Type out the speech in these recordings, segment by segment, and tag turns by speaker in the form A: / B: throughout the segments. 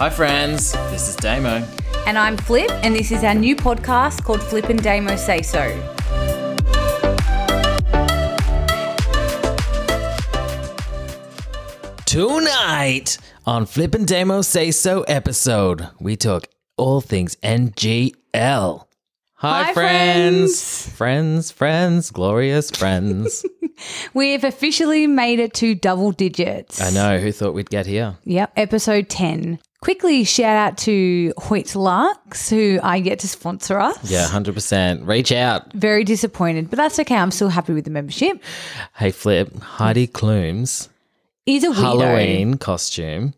A: Hi, friends. This is Damo.
B: And I'm Flip, and this is our new podcast called Flip and Damo Say So.
A: Tonight on Flip and Demo Say So episode, we talk all things NGL. Hi,
B: Hi,
A: friends. Friends, friends, glorious friends.
B: We've officially made it to double digits.
A: I know, who thought we'd get here?
B: Yep, episode 10. Quickly shout out to Hoyt Larks, who I get to sponsor us.
A: Yeah, 100%. Reach out.
B: Very disappointed, but that's okay. I'm still happy with the membership.
A: Hey, Flip, Heidi Klum's
B: Is a weirdo.
A: Halloween costume.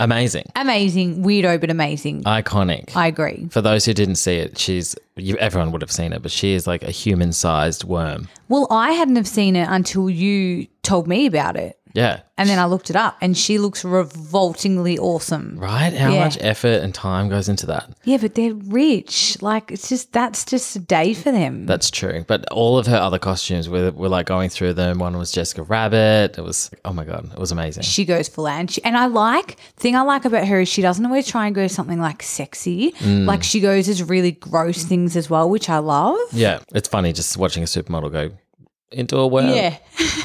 A: Amazing.
B: Amazing, weirdo, but amazing.
A: Iconic.
B: I agree.
A: For those who didn't see it, she's you, everyone would have seen it, but she is like a human-sized worm.
B: Well, I hadn't have seen it until you told me about it.
A: Yeah,
B: And then I looked it up, and she looks revoltingly awesome.
A: right. How
B: Yeah.
A: much effort and time goes into that?
B: Yeah, but they're rich. Like it's just that's just a day for them.
A: That's true. But all of her other costumes were were like going through them. One was Jessica Rabbit. It was oh my god, it was amazing.
B: she goes full out, and, she, and I like thing I like about her is she doesn't always try and go something like sexy. Like she goes as really gross things as well, which I love.
A: Yeah, it's funny just watching a supermodel go into a worm.
B: Yeah.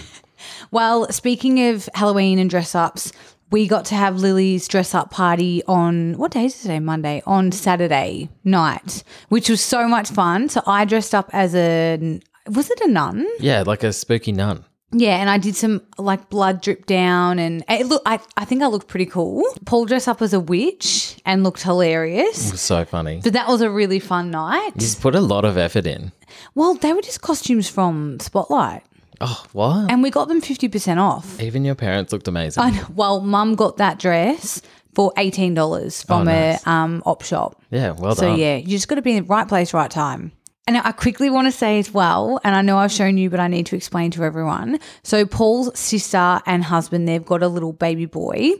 B: well, speaking of Halloween and dress ups, we got to have Lily's dress up party on what day is it today? Monday on Saturday night, which was so much fun. So I dressed up as a was it a nun?
A: Yeah, like a spooky nun.
B: Yeah, and I did some like blood drip down, and it look, I, I think I looked pretty cool. Paul dressed up as a witch and looked hilarious.
A: It was so funny.
B: But that was a really fun night.
A: She's put a lot of effort in.
B: Well, they were just costumes from Spotlight,
A: Oh, what?
B: and we got them fifty percent off.
A: Even your parents looked amazing.
B: I know. Well, mum got that dress for eighteen dollars from a um op shop.
A: yeah, well
B: So
A: done.
B: yeah, you just got to be in the right place, right time. And I quickly want to say as well, and I know I've shown you, but I need to explain to everyone. So Paul's sister and husband, they've got a little baby boy.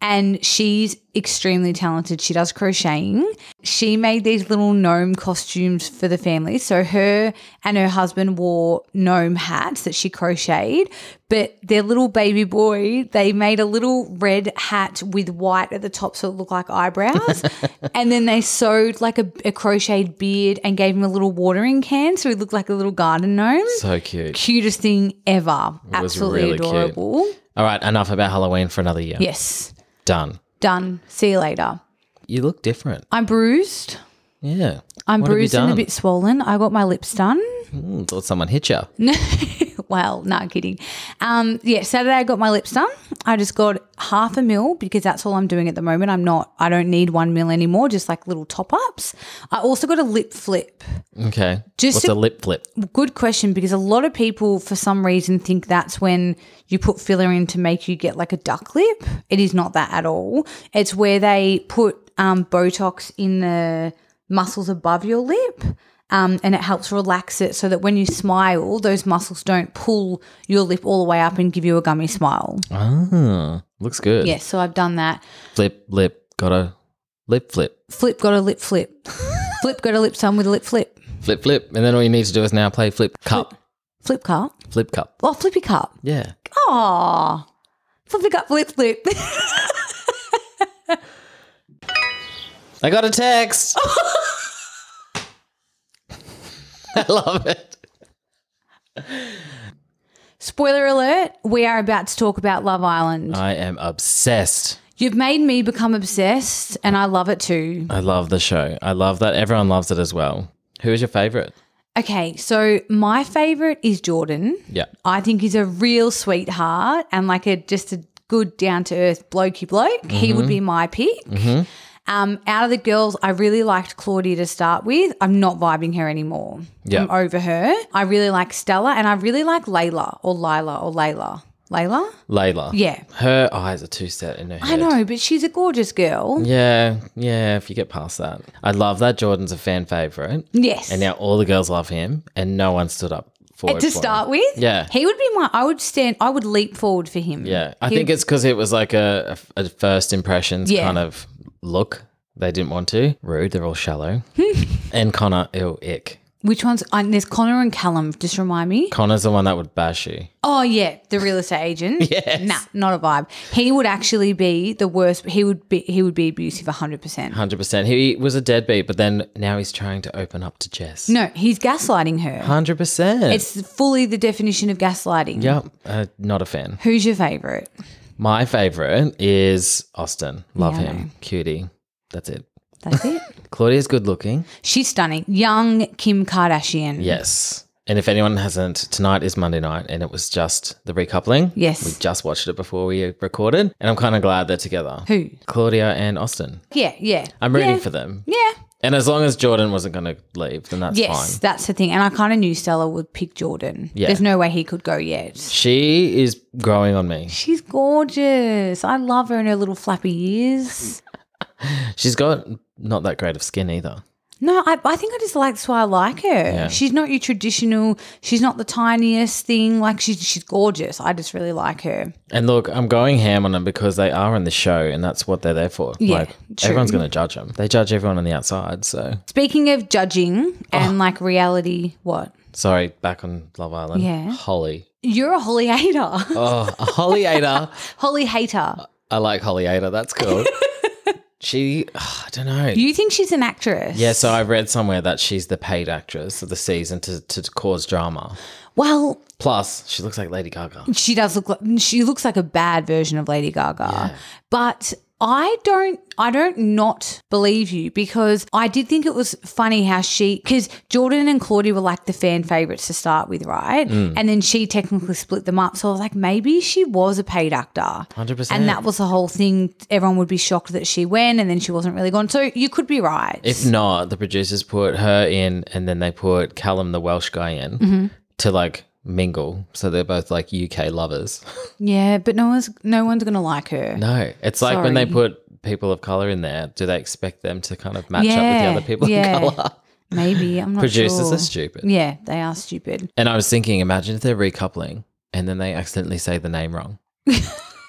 B: And she's extremely talented. She does crocheting. She made these little gnome costumes for the family. So her and her husband wore gnome hats that she crocheted. But their little baby boy, they made a little red hat with white at the top so it looked like eyebrows. and then they sewed like a, a crocheted beard and gave him a little watering can so he looked like a little garden gnome.
A: So cute.
B: Cutest thing ever.
A: was
B: Absolutely
A: really cute.
B: adorable.
A: All right, enough about Halloween for another year.
B: Yes.
A: Done.
B: Done. See you later.
A: You look different.
B: I'm bruised.
A: Yeah.
B: I'm
A: What have you
B: bruised and a
A: done?
B: bit swollen. I got my lips done.
A: Hmm, thought someone hit you.
B: well, not kidding. Um, yeah, Saturday I got my lips done. I just got half a mil because that's all I'm doing at the moment. I'm not, I don't need one mil anymore, just like little top ups. I also got a lip flip.
A: Okay.
B: Mm. Just
A: What's
B: to-
A: a lip flip?
B: Good question because a lot of people, for some reason, think that's when you put filler in to make you get like a duck lip. It is not that at all. It's where they put um, Botox in the muscles above your lip. Um, and it helps relax it so that when you smile, those muscles don't pull your lip all the way up and give you a gummy smile.
A: Ah, looks good.
B: Yes, so I've done that.
A: Flip, lip, got a lip flip.
B: Flip got a lip flip. flip got a lip sun with a lip flip.
A: Flip, flip. And then all you need to do is now play flip cup.
B: Flip cup.
A: Flip cup.
B: Oh, flippy cup.
A: Yeah.
B: Aw. Flippy cup, flip, flip.
A: I got a text. I love it.
B: Spoiler alert, we are about to talk about Love Island.
A: I am obsessed.
B: You've made me become obsessed and I love it too.
A: I love the show. I love that. Everyone loves it as well. Who is your favorite?
B: Okay, so my favorite is Jordan.
A: Yeah.
B: I think he's a real sweetheart and like a just a good down to earth blokey bloke. He would be my pick. Um, out of the girls, I really liked Claudia to start with. I'm not vibing her anymore.
A: Yeah.
B: I'm over her. I really like Stella and I really like Layla or Lila or Layla. Layla?
A: Layla.
B: Yeah.
A: Her eyes are too set in her head.
B: I know, but she's a gorgeous girl.
A: Yeah, yeah, if you get past that. I love that Jordan's a fan favorite.
B: Yes.
A: And now all the girls love him and no one stood up for it.
B: to
A: for him.
B: start with,
A: Yeah.
B: he would be my. I would stand. I would leap forward for him.
A: Yeah, I think it's because it was like a, a a first impressions
B: Yeah.
A: kind of look. They didn't want to. Rude. They're all shallow. and Connor, ew, ick.
B: Which ones? And there's Connor and Callum. Just remind me.
A: Connor's the one that would bash you.
B: Oh yeah, the real estate agent.
A: Yes.
B: Nah, not a vibe. He would actually be the worst. He would be he would be abusive 100%.
A: 100%. He was a deadbeat, but then now he's trying to open up to Jess.
B: No, he's gaslighting her.
A: 100%.
B: It's fully the definition of gaslighting.
A: yep. Uh, not a fan.
B: Who's your favorite?
A: My favorite is Austin. Love
B: Yeah, I
A: him. Cutie. That's it.
B: That's it.
A: Claudia's good looking.
B: She's stunning. Young Kim Kardashian.
A: Yes. And if anyone hasn't, tonight is Monday night and it was just the recoupling.
B: Yes.
A: We just watched it before we recorded. And I'm kind of glad they're together.
B: Who?
A: Claudia and Austin.
B: Yeah, yeah.
A: I'm rooting
B: Yeah.
A: for them.
B: Yeah.
A: And as long as Jordan wasn't going to leave, then that's
B: Yes,
A: fine.
B: that's the thing. And I kind of knew Stella would pick Jordan.
A: Yeah.
B: There's no way he could go yet.
A: She is growing on me.
B: She's gorgeous. I love her in her little flappy ears.
A: She's got not that great of skin either.
B: No, I, I think I just like that's why I like her. She's not your traditional. She's not the tiniest thing. Like she's she's gorgeous. I just really like her.
A: And look, I'm going ham on them because they are in the show and that's what they're there for.
B: Yeah,
A: like,
B: true.
A: everyone's going to judge them. They judge everyone on the outside. So,
B: Speaking of judging and like reality, what
A: sorry, back on Love Island.
B: Yeah.
A: Holly.
B: you're a Holly hater,
A: Oh, a Holly Ada.
B: Holly hater.
A: I like Holly Ada. That's cool. she, ah, I don't know.
B: You think she's an actress?
A: yeah, so I've read somewhere that she's the paid actress of the season to, to cause drama.
B: Well,
A: Plus, she looks like Lady Gaga.
B: she does look like she looks like a bad version of Lady Gaga. But I don't I don't not believe you because I did think it was funny how she cuz Jordan and Claudia were like the fan favorites to start with, right?
A: Mm.
B: And then she technically split them up. So I was like maybe she was a paid actor.
A: 100%.
B: And that was the whole thing everyone would be shocked that she went and then she wasn't really gone. So you could be right.
A: If not, the producers put her in and then they put Callum, the Welsh guy, in
B: Mm-hmm.
A: to like mingle. So they're both like UK lovers.
B: yeah, but no one's no one's going to like her.
A: No, it's like when they
B: Sorry.
A: put people of color in there, do they expect them to kind of match up
B: Yeah,
A: with the other people
B: yeah.
A: of color?
B: Maybe, I'm not
A: Producers
B: sure.
A: are stupid.
B: Yeah, they are stupid.
A: And I was thinking, imagine if they're recoupling and then they accidentally say the name wrong.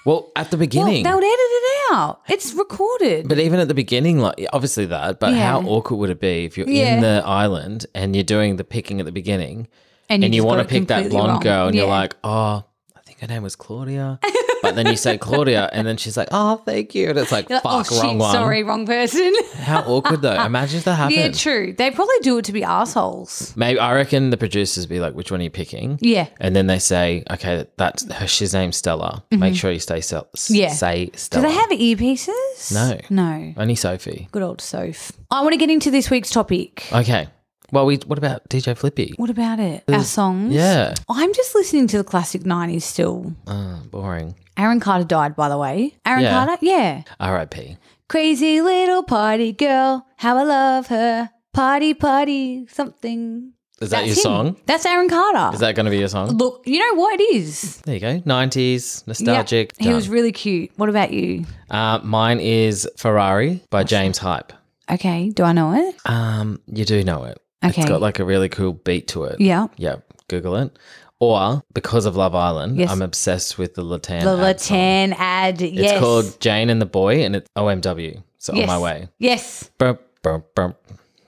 A: well, at the beginning.
B: Well, they'll edit it out. It's recorded.
A: but even at the beginning, like obviously that, but
B: Yeah.
A: how awkward would it be if you're
B: Yeah.
A: in the island and you're doing the picking at the beginning and you
B: just
A: want
B: got
A: to
B: it
A: pick that
B: completely
A: blonde
B: wrong.
A: girl, and you're
B: Yeah.
A: like, oh, I think her name was Claudia, but then you say Claudia, and then she's like, oh, thank you, and it's like,
B: You're like,
A: fuck,
B: oh,
A: wrong
B: shit,
A: one.
B: sorry, wrong person.
A: How awkward though. Imagine if that happened.
B: yeah, true. They probably do it to be assholes.
A: Maybe I reckon the producers be like, which one are you picking?
B: Yeah.
A: And then they say, okay, that's her. She's named Stella. Make sure you stay Stella.
B: Mm-hmm. Yeah.
A: Say
B: Do
A: Stella.
B: they have earpieces?
A: No.
B: No.
A: Only Sophie.
B: Good old Soph. I want to get into this week's topic.
A: Okay. Well, we. What about DJ Flippy?
B: What about it? Our songs?
A: Yeah.
B: I'm just listening to the classic 90s still.
A: Uh, boring.
B: Aaron Carter died, by the way. Aaron
A: Yeah.
B: Carter? Yeah.
A: R.I.P.
B: Crazy little party girl, how I love her. Party, party, something.
A: Is that your
B: him.
A: song?
B: That's Aaron Carter.
A: Is that going to be your song?
B: Look, you know what it is.
A: There you go. 90s,
B: Yeah.
A: nostalgic.
B: He
A: done.
B: was really cute. What about you?
A: Uh, mine is Ferrari by James Hype.
B: Okay, do I know it?
A: Um, you do know it.
B: Okay.
A: It's got like a really cool beat to it.
B: yeah.
A: Yeah, Google it. Or because of Love Island,
B: Yes.
A: I'm obsessed with the Latan.
B: The
A: ad song.
B: Latan ad. Yes.
A: It's called Jane and the Boy, and it's OMW. So
B: yes.
A: on my way.
B: Yes.
A: Brum, brum, brum.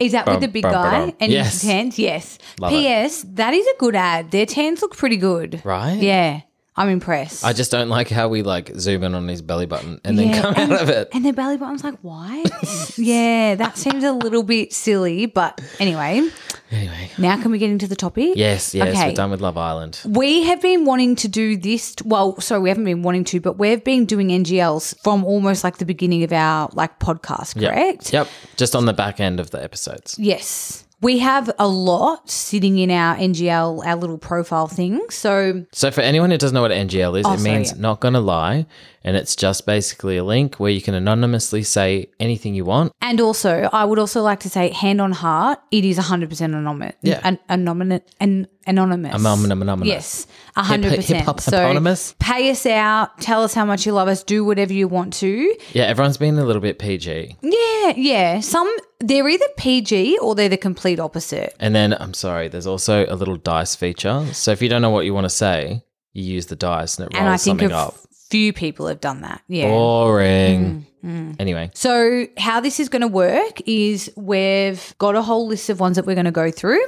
B: Is that with the big
A: bum, bum,
B: guy
A: bum.
B: and
A: Yes.
B: his tent? Yes.
A: it.
B: P.S. That is a good ad. Their tans look pretty good.
A: Right?
B: Yeah. I'm impressed.
A: I just don't like how we like zoom in on his belly button and then
B: Yeah,
A: come out of it.
B: and their belly button's like, why? yeah, that seems a little bit silly, but anyway.
A: Anyway.
B: Now can we get into the topic?
A: Yes, yes,
B: Okay.
A: we're done with Love Island.
B: We have been wanting to do this. Well, sorry, we haven't been wanting to, but we've been doing NGLs from almost like the beginning of our like podcast,
A: Yep.
B: correct?
A: Yep. Just on the back end of the episodes.
B: Yes. We have a lot sitting in our NGL, our little profile thing. So
A: So for anyone who doesn't know what NGL is, it
B: Oh, sorry,
A: means
B: yeah.
A: not gonna lie, and it's just basically a link where you can anonymously say anything you want.
B: And also, I would also like to say, hand on heart, it is 100% anonymous.
A: Yeah.
B: An, anonymous. An, anonymous.
A: Anonym- anonym-
B: Yes, 100%.
A: hip-hop
B: so
A: eponymous?
B: pay us out, tell us how much you love us, do whatever you want to.
A: Yeah, everyone's been a little bit PG.
B: Yeah, yeah. Some, they're either PG or they're the complete opposite.
A: And then I'm sorry, there's also a little dice feature. So if you don't know what you want to say, you use the dice and it rolls
B: And I think
A: something
B: of
A: Oh, up.
B: few people have done that. Yeah.
A: Boring.
B: Mm,
A: Anyway,
B: So, how this is going to work is we've got a whole list of ones that we're going to go through.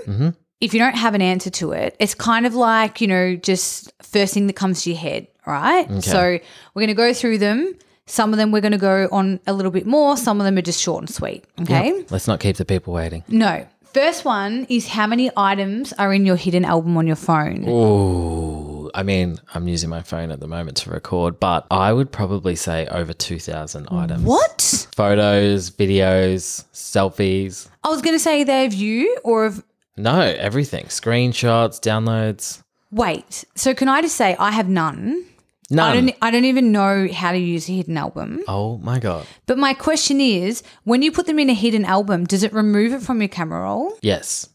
B: If you don't have an answer to it, it's kind of like, you know, just first thing that comes to your head, right? So, we're going to go through them. Some of them we're going to go on a little bit more, some of them are just short and sweet. Okay.
A: let's not keep the people waiting.
B: No. First one is how many items are in your hidden album on your phone?
A: Ooh, I mean, I'm using my phone at the moment to record, but I would probably say over 2,000
B: Hmm.
A: items.
B: What?
A: Photos, videos, selfies.
B: I was going to say they're of you or of.
A: No, everything. Screenshots, downloads.
B: Wait. So, can I just say I have none? I
A: None.
B: don't, e-, I don't even know how to use a hidden album.
A: oh my God.
B: But my question is when you put them in a hidden album, does it remove it from your camera roll?
A: Yes.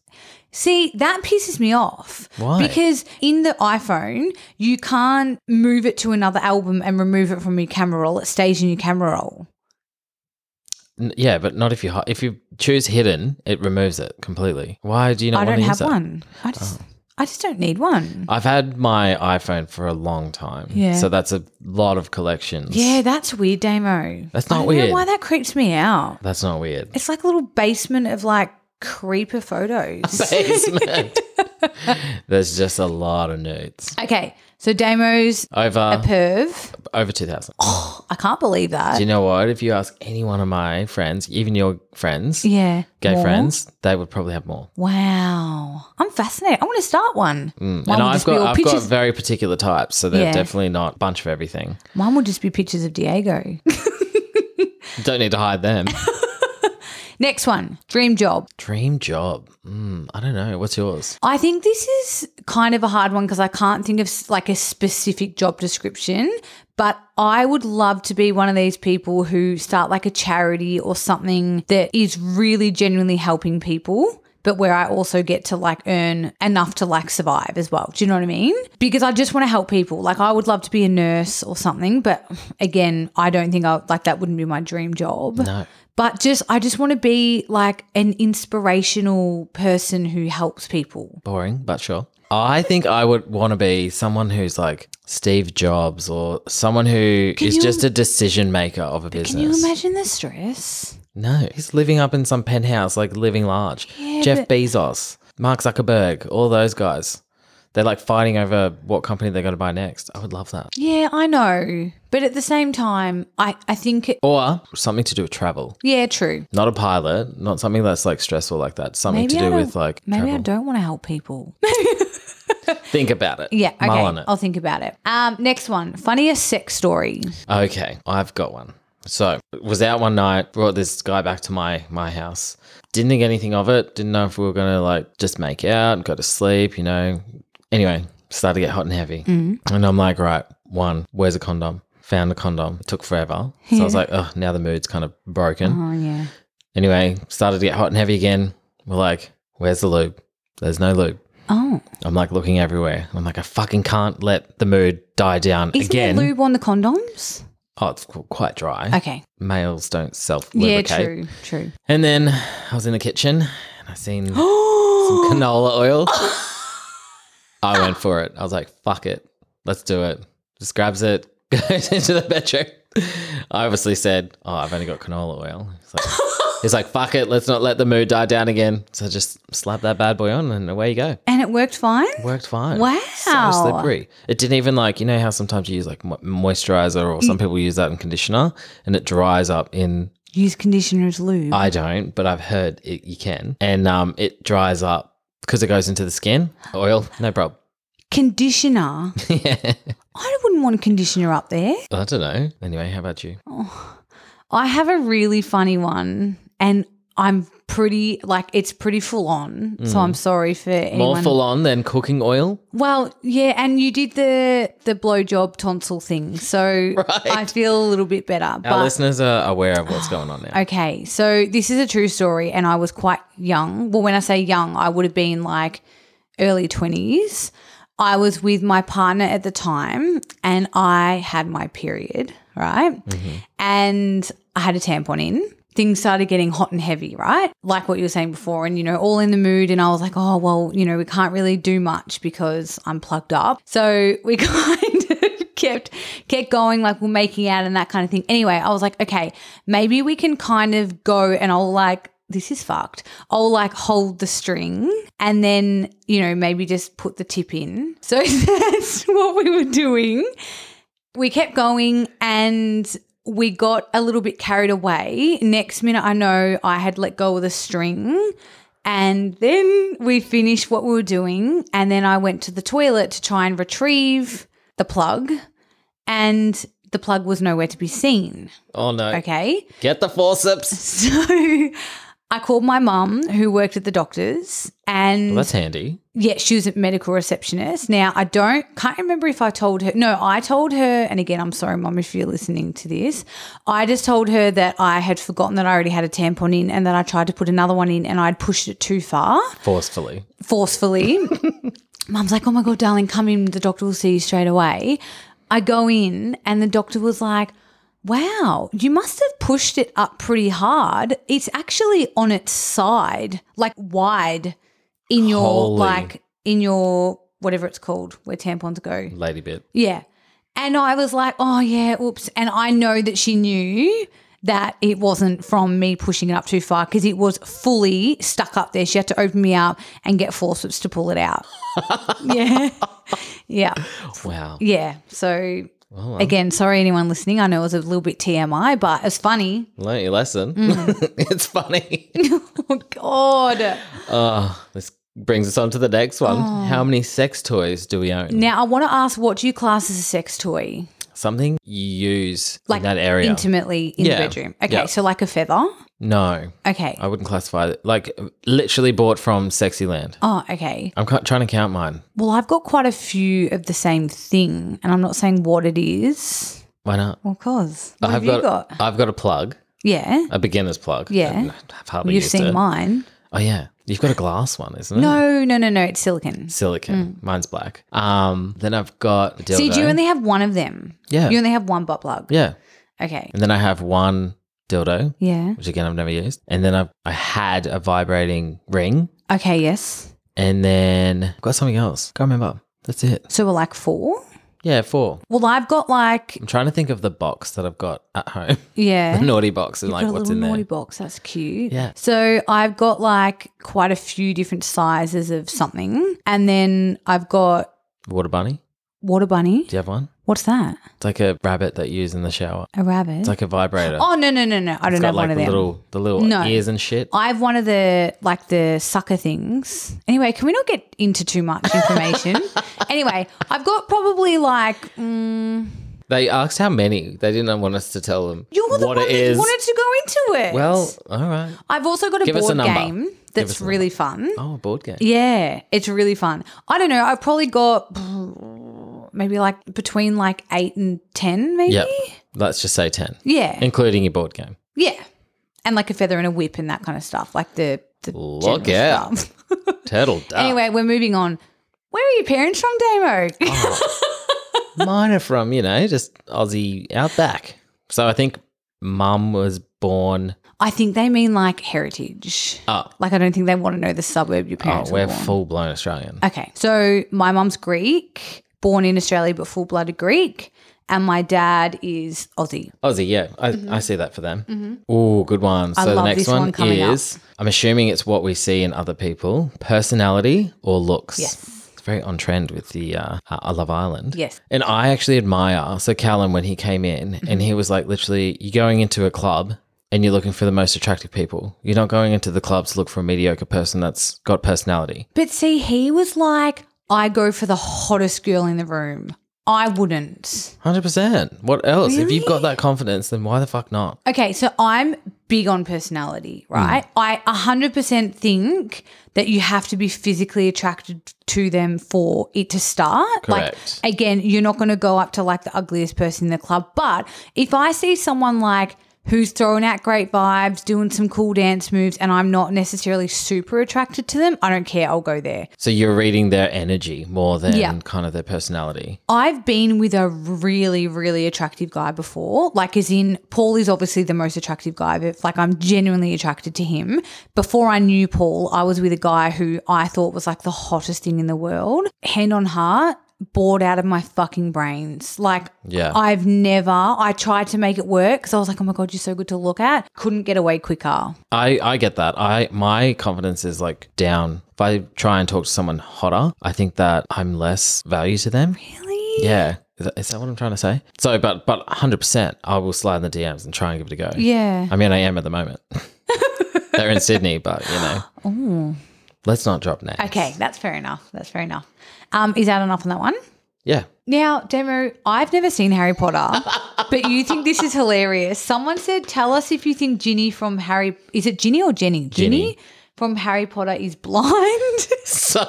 B: See, that pisses me off.
A: Why?
B: Because in the iPhone, you can't move it to another album and remove it from your camera roll. It stays in your camera roll.
A: N- yeah, but not if you hi- if you choose hidden, it removes it completely. Why do you not
B: I
A: want
B: don't
A: to use
B: have
A: that? Oh.
B: one. I just, I just don't need one.
A: I've had my iPhone for a long time.
B: Yeah.
A: So that's a lot of collections.
B: Yeah, that's weird, Damo.
A: That's
B: I
A: not
B: don't
A: weird.
B: Know why that creeps me out?
A: That's not weird.
B: It's like a little basement of like creeper photos.
A: Basement. There's just a lot of nudes.
B: okay, so Damo's
A: Over
B: perv.
A: over 2000.
B: I can't believe that.
A: Do you know what? If you ask any one of my friends, even your friends,
B: yeah,
A: gay
B: More?
A: friends, they would probably have more.
B: Wow, I'm fascinated. I want to start one. Mine
A: Mm. and
B: will
A: I've
B: just be
A: got
B: all
A: I've
B: pictures.
A: got very particular types, so they're
B: Yeah.
A: definitely not a bunch of everything.
B: Mine will just be pictures of Diego.
A: Don't need to hide them.
B: Next one, dream job.
A: Dream job. Mm, I don't know. What's yours?
B: I think this is kind of a hard one because I can't think of s- like a specific job description, but I would love to be one of these people who start like a charity or something that is really genuinely helping people. But where I also get to like earn enough to like survive as well. Do you know what I mean? Because I just want to help people. Like, I would love to be a nurse or something. But again, I don't think I like that wouldn't be my dream job
A: No.
B: but just I just want to be like an inspirational person who helps people.
A: Boring, but sure. I think I would want to be someone who's like Steve Jobs or someone who is
B: you-
A: just a decision maker of a business.
B: Can you imagine the stress?
A: No, he's living up in some penthouse, like living large. Jeff Bezos, Mark Zuckerberg, all those guys. They're like fighting over what company they're going to buy next. I would love that.
B: Yeah, I know. But at the same time, I I think it,
A: Or something to do with travel.
B: yeah, true.
A: Not a pilot, not something that's like stressful like that. Something
B: Maybe
A: to
B: I
A: do
B: don't-
A: with like
B: Maybe I
A: travel.
B: don't want to help people.
A: Think about it.
B: yeah, okay.
A: Mull on it.
B: I'll think about it. Um, next one, funniest sex story.
A: Okay, I've got one. So was out one night, brought this guy back to my my house. Didn't think anything of it. Didn't know if we were gonna like just make out and go to sleep, you know. Anyway, started to get hot and heavy,
B: Mm-hmm.
A: and I'm like, right, one, where's a condom? Found a condom. It took forever, so I was like, oh, now the mood's kind of broken.
B: Oh yeah.
A: Anyway, started to get hot and heavy again. We're like, where's the lube? There's no lube.
B: Oh,
A: I'm like looking everywhere. I'm like, I fucking can't let the mood die down
B: isn't
A: again.
B: there lube on the condoms?
A: oh, it's qu- quite dry
B: Okay.
A: males don't self
B: Yeah,
A: lubricate.
B: true, true.
A: And then I was in the kitchen and I seen some canola oil. I went for it. I was like, fuck it. Let's do it. Just grabs it, goes into the bedroom. I obviously said, Oh, I've only got canola oil. He's like, he's like, fuck it, let's not let the mood die down again. So I just slap that bad boy on and away you go.
B: And it worked fine?
A: Worked fine.
B: Wow.
A: So slippery. It didn't even like, you know how sometimes you use like mo- moisturizer or
B: Mm.
A: some people use that in conditioner and it dries up in
B: Use conditioner as lube.
A: I don't, but I've heard it, you can. And um, it dries up because it goes into the skin. Oil, no problem.
B: conditioner.
A: yeah.
B: I wouldn't want a conditioner up there.
A: I don't know. Anyway, how about you?
B: I have a really funny one, and I'm pretty like it's pretty full on. So I'm sorry for anyone.
A: Mm. More full on than cooking oil?
B: well, yeah, and you did the the blowjob tonsil thing, so I feel a little bit better.
A: Our
B: But
A: listeners are aware of what's going on now.
B: okay, so this is a true story, and I was quite young. Well, when I say young, I would have been like early twenties. I was with my partner at the time, and I had my period, right? and I had a tampon in. Things started getting hot and heavy, right? Like what you were saying before, and you know, all in the mood. And I was like, oh, well, you know, we can't really do much because I'm plugged up. So we kind of kept kept going, like we're making out and that kind of thing. Anyway, I was like, okay, maybe we can kind of go and I'll like this is fucked. I'll like hold the string and then, you know, maybe just put the tip in. So that's what we were doing. We kept going and we got a little bit carried away. Next minute, I know I had let go of the string. And then we finished what we were doing. And then I went to the toilet to try and retrieve the plug. And the plug was nowhere to be seen.
A: Oh no.
B: Okay.
A: Get the forceps.
B: So I called my mum, who worked at the doctor's, and
A: Well, that's handy.
B: yeah, she was a medical receptionist. Now I don't can't remember if I told her. No, I told her, and again, I'm sorry, mum, if you're listening to this. I just told her that I had forgotten that I already had a tampon in, and that I tried to put another one in, and I'd pushed it too far
A: Forcefully.
B: forcefully. Mum's like, oh my God, darling, come in. The doctor will see you straight away. I go in, and the doctor was like, wow, you must have pushed it up pretty hard. It's actually on its side, like wide in your,
A: Holy.
B: like, in your whatever it's called where tampons go.
A: Lady bit.
B: Yeah. And I was like, oh, yeah, oops. And I know that she knew that it wasn't from me pushing it up too far because it was fully stuck up there. She had to open me up and get forceps to pull it out. yeah. Yeah.
A: Wow.
B: Yeah. So,
A: Oh, Well, I
B: again, sorry, anyone listening. I know it was a little bit TMI, but it's funny.
A: learned your lesson.
B: Mm.
A: it's funny.
B: Oh, God.
A: Oh, this brings us on to the next one.
B: Oh.
A: How many sex toys do we own?
B: Now, I want to ask what do you class as a sex toy?
A: Something you use
B: Like
A: in that area.
B: intimately in
A: Yeah.
B: the bedroom. Okay.
A: Yeah. Oh.
B: So, like a feather.
A: no,
B: Okay.
A: I wouldn't classify it. Like, literally bought from Sexyland.
B: Oh, okay.
A: I'm ca- trying to count mine.
B: Well, I've got quite a few of the same thing, and I'm not saying what it is.
A: Why not?
B: Well, cause what have
A: I've
B: you got?
A: I've got a plug,
B: Yeah,
A: a beginner's plug.
B: Yeah.
A: I've- I've hardly
B: you've
A: used
B: seen
A: it.
B: mine.
A: Oh yeah, you've got a glass one, isn't it?
B: No, no, no, no. It's silicon.
A: Silicon. Mine's black. Um, then I've got a dildo.
B: See, do you only have one of them?
A: Yeah.
B: You only have one butt plug.
A: yeah,
B: Okay.
A: and then I have one dildo,
B: Yeah.
A: which again I've never used, and then I I had a vibrating ring,
B: Okay. Yes.
A: and then I've got something else. Can't remember. That's it.
B: So we're like four.
A: Yeah, four.
B: Well, I've got like
A: I'm trying to think of the box that I've got at home.
B: yeah.
A: the naughty box and
B: Got
A: like
B: a
A: what's
B: little
A: in
B: naughty
A: there.
B: box. That's cute.
A: Yeah.
B: So I've got like quite a few different sizes of something, and then I've got
A: Water bunny.
B: water bunny.
A: Do you have one?
B: What's that?
A: It's like a rabbit that you use in the shower.
B: A rabbit.
A: It's like a vibrator.
B: Oh no no no no! I
A: It's
B: don't
A: got
B: have
A: like
B: one of
A: the
B: them.
A: little the little
B: No.
A: ears and shit.
B: I have one of the like the sucker things. Anyway, can we not get into too much information? anyway, I've got probably like mm,
A: They asked how many. They didn't want us to tell them
B: you're the
A: what
B: one
A: it
B: that
A: is.
B: wanted to go into it.
A: well, all right.
B: I've also got a
A: give us a
B: board
A: number.
B: game
A: us
B: that's
A: a
B: really fun.
A: Oh, a board game.
B: Yeah, it's really fun. I don't know. I've probably got mm, maybe like between like eight and ten, maybe.
A: Yep. Let's just say ten,
B: Yeah.
A: including your board game.
B: Yeah. And like a feather and a whip and that kind of stuff. Like the, the
A: Look
B: general
A: out.
B: stuff.
A: Turtle duck.
B: Anyway, we're moving on. Where are your parents from, Damo?
A: Oh. mine are from you know just Aussie outback. So I think mum was born.
B: I think they mean like heritage.
A: Oh,
B: Like, I don't think they want to know the suburb your
A: oh
B: parents were
A: we're
B: born.
A: full blown Australian.
B: okay. So, my mum's Greek, born in Australia, but full blooded Greek. And my dad is Aussie.
A: Aussie, yeah, I, I see that for them. Ooh, good one. So the
B: Mm-hmm. love
A: next
B: this one
A: one,
B: coming up.
A: is I'm assuming it's what we see in other people personality or looks.
B: Yes.
A: It's very on trend with the uh, uh, Love Island.
B: Yes.
A: And I actually admire, so Callum, when he came in
B: Mm-hmm.
A: and he was like, literally, you're going into a club and you're looking for the most attractive people. You're not going into the club to look for a mediocre person that's got personality.
B: But see, he was like, I go for the hottest girl in the room. I wouldn't.
A: 100%. What else? If you've got that confidence, then why the fuck not?
B: Okay, so I'm big on personality, right? I 100% think that you have to be physically attracted to them for it to start.
A: Correct.
B: Like, again, you're not going to go up to like the ugliest person in the club. But if I see someone like who's throwing out great vibes, doing some cool dance moves, and I'm not necessarily super attracted to them, I don't care. I'll go there.
A: So you're reading their energy more than
B: Yeah.
A: kind of their personality.
B: I've been with a really, really attractive guy before. Like, as in, Paul is obviously the most attractive guy, but like, I'm genuinely attracted to him. Before I knew Paul, I was with a guy who I thought was like the hottest thing in the world. Hand on heart, bored out of my fucking brains. Like,
A: Yeah.
B: I've never, I tried to make it work because I was like, oh my God, you're so good to look at. Couldn't get away quicker.
A: I, I get that. I my confidence is like down. If I try and talk to someone hotter, I think that I'm less value to them.
B: Really?
A: Yeah. Is that, is that what I'm trying to say? So, but but 100%, I will slide in the DMs and try and give it a go.
B: Yeah.
A: I mean, I am at the moment. They're in Sydney, but you know. Let's not drop names.
B: Okay, that's fair enough. That's fair enough. Um, is that enough on that one?
A: Yeah.
B: Now, Demo, I've never seen Harry Potter, but you think this is hilarious. Someone said, tell us if you think Ginny from Harry, is it Ginny or Jenny? Ginny,
A: Ginny.
B: from Harry Potter is blind.
A: So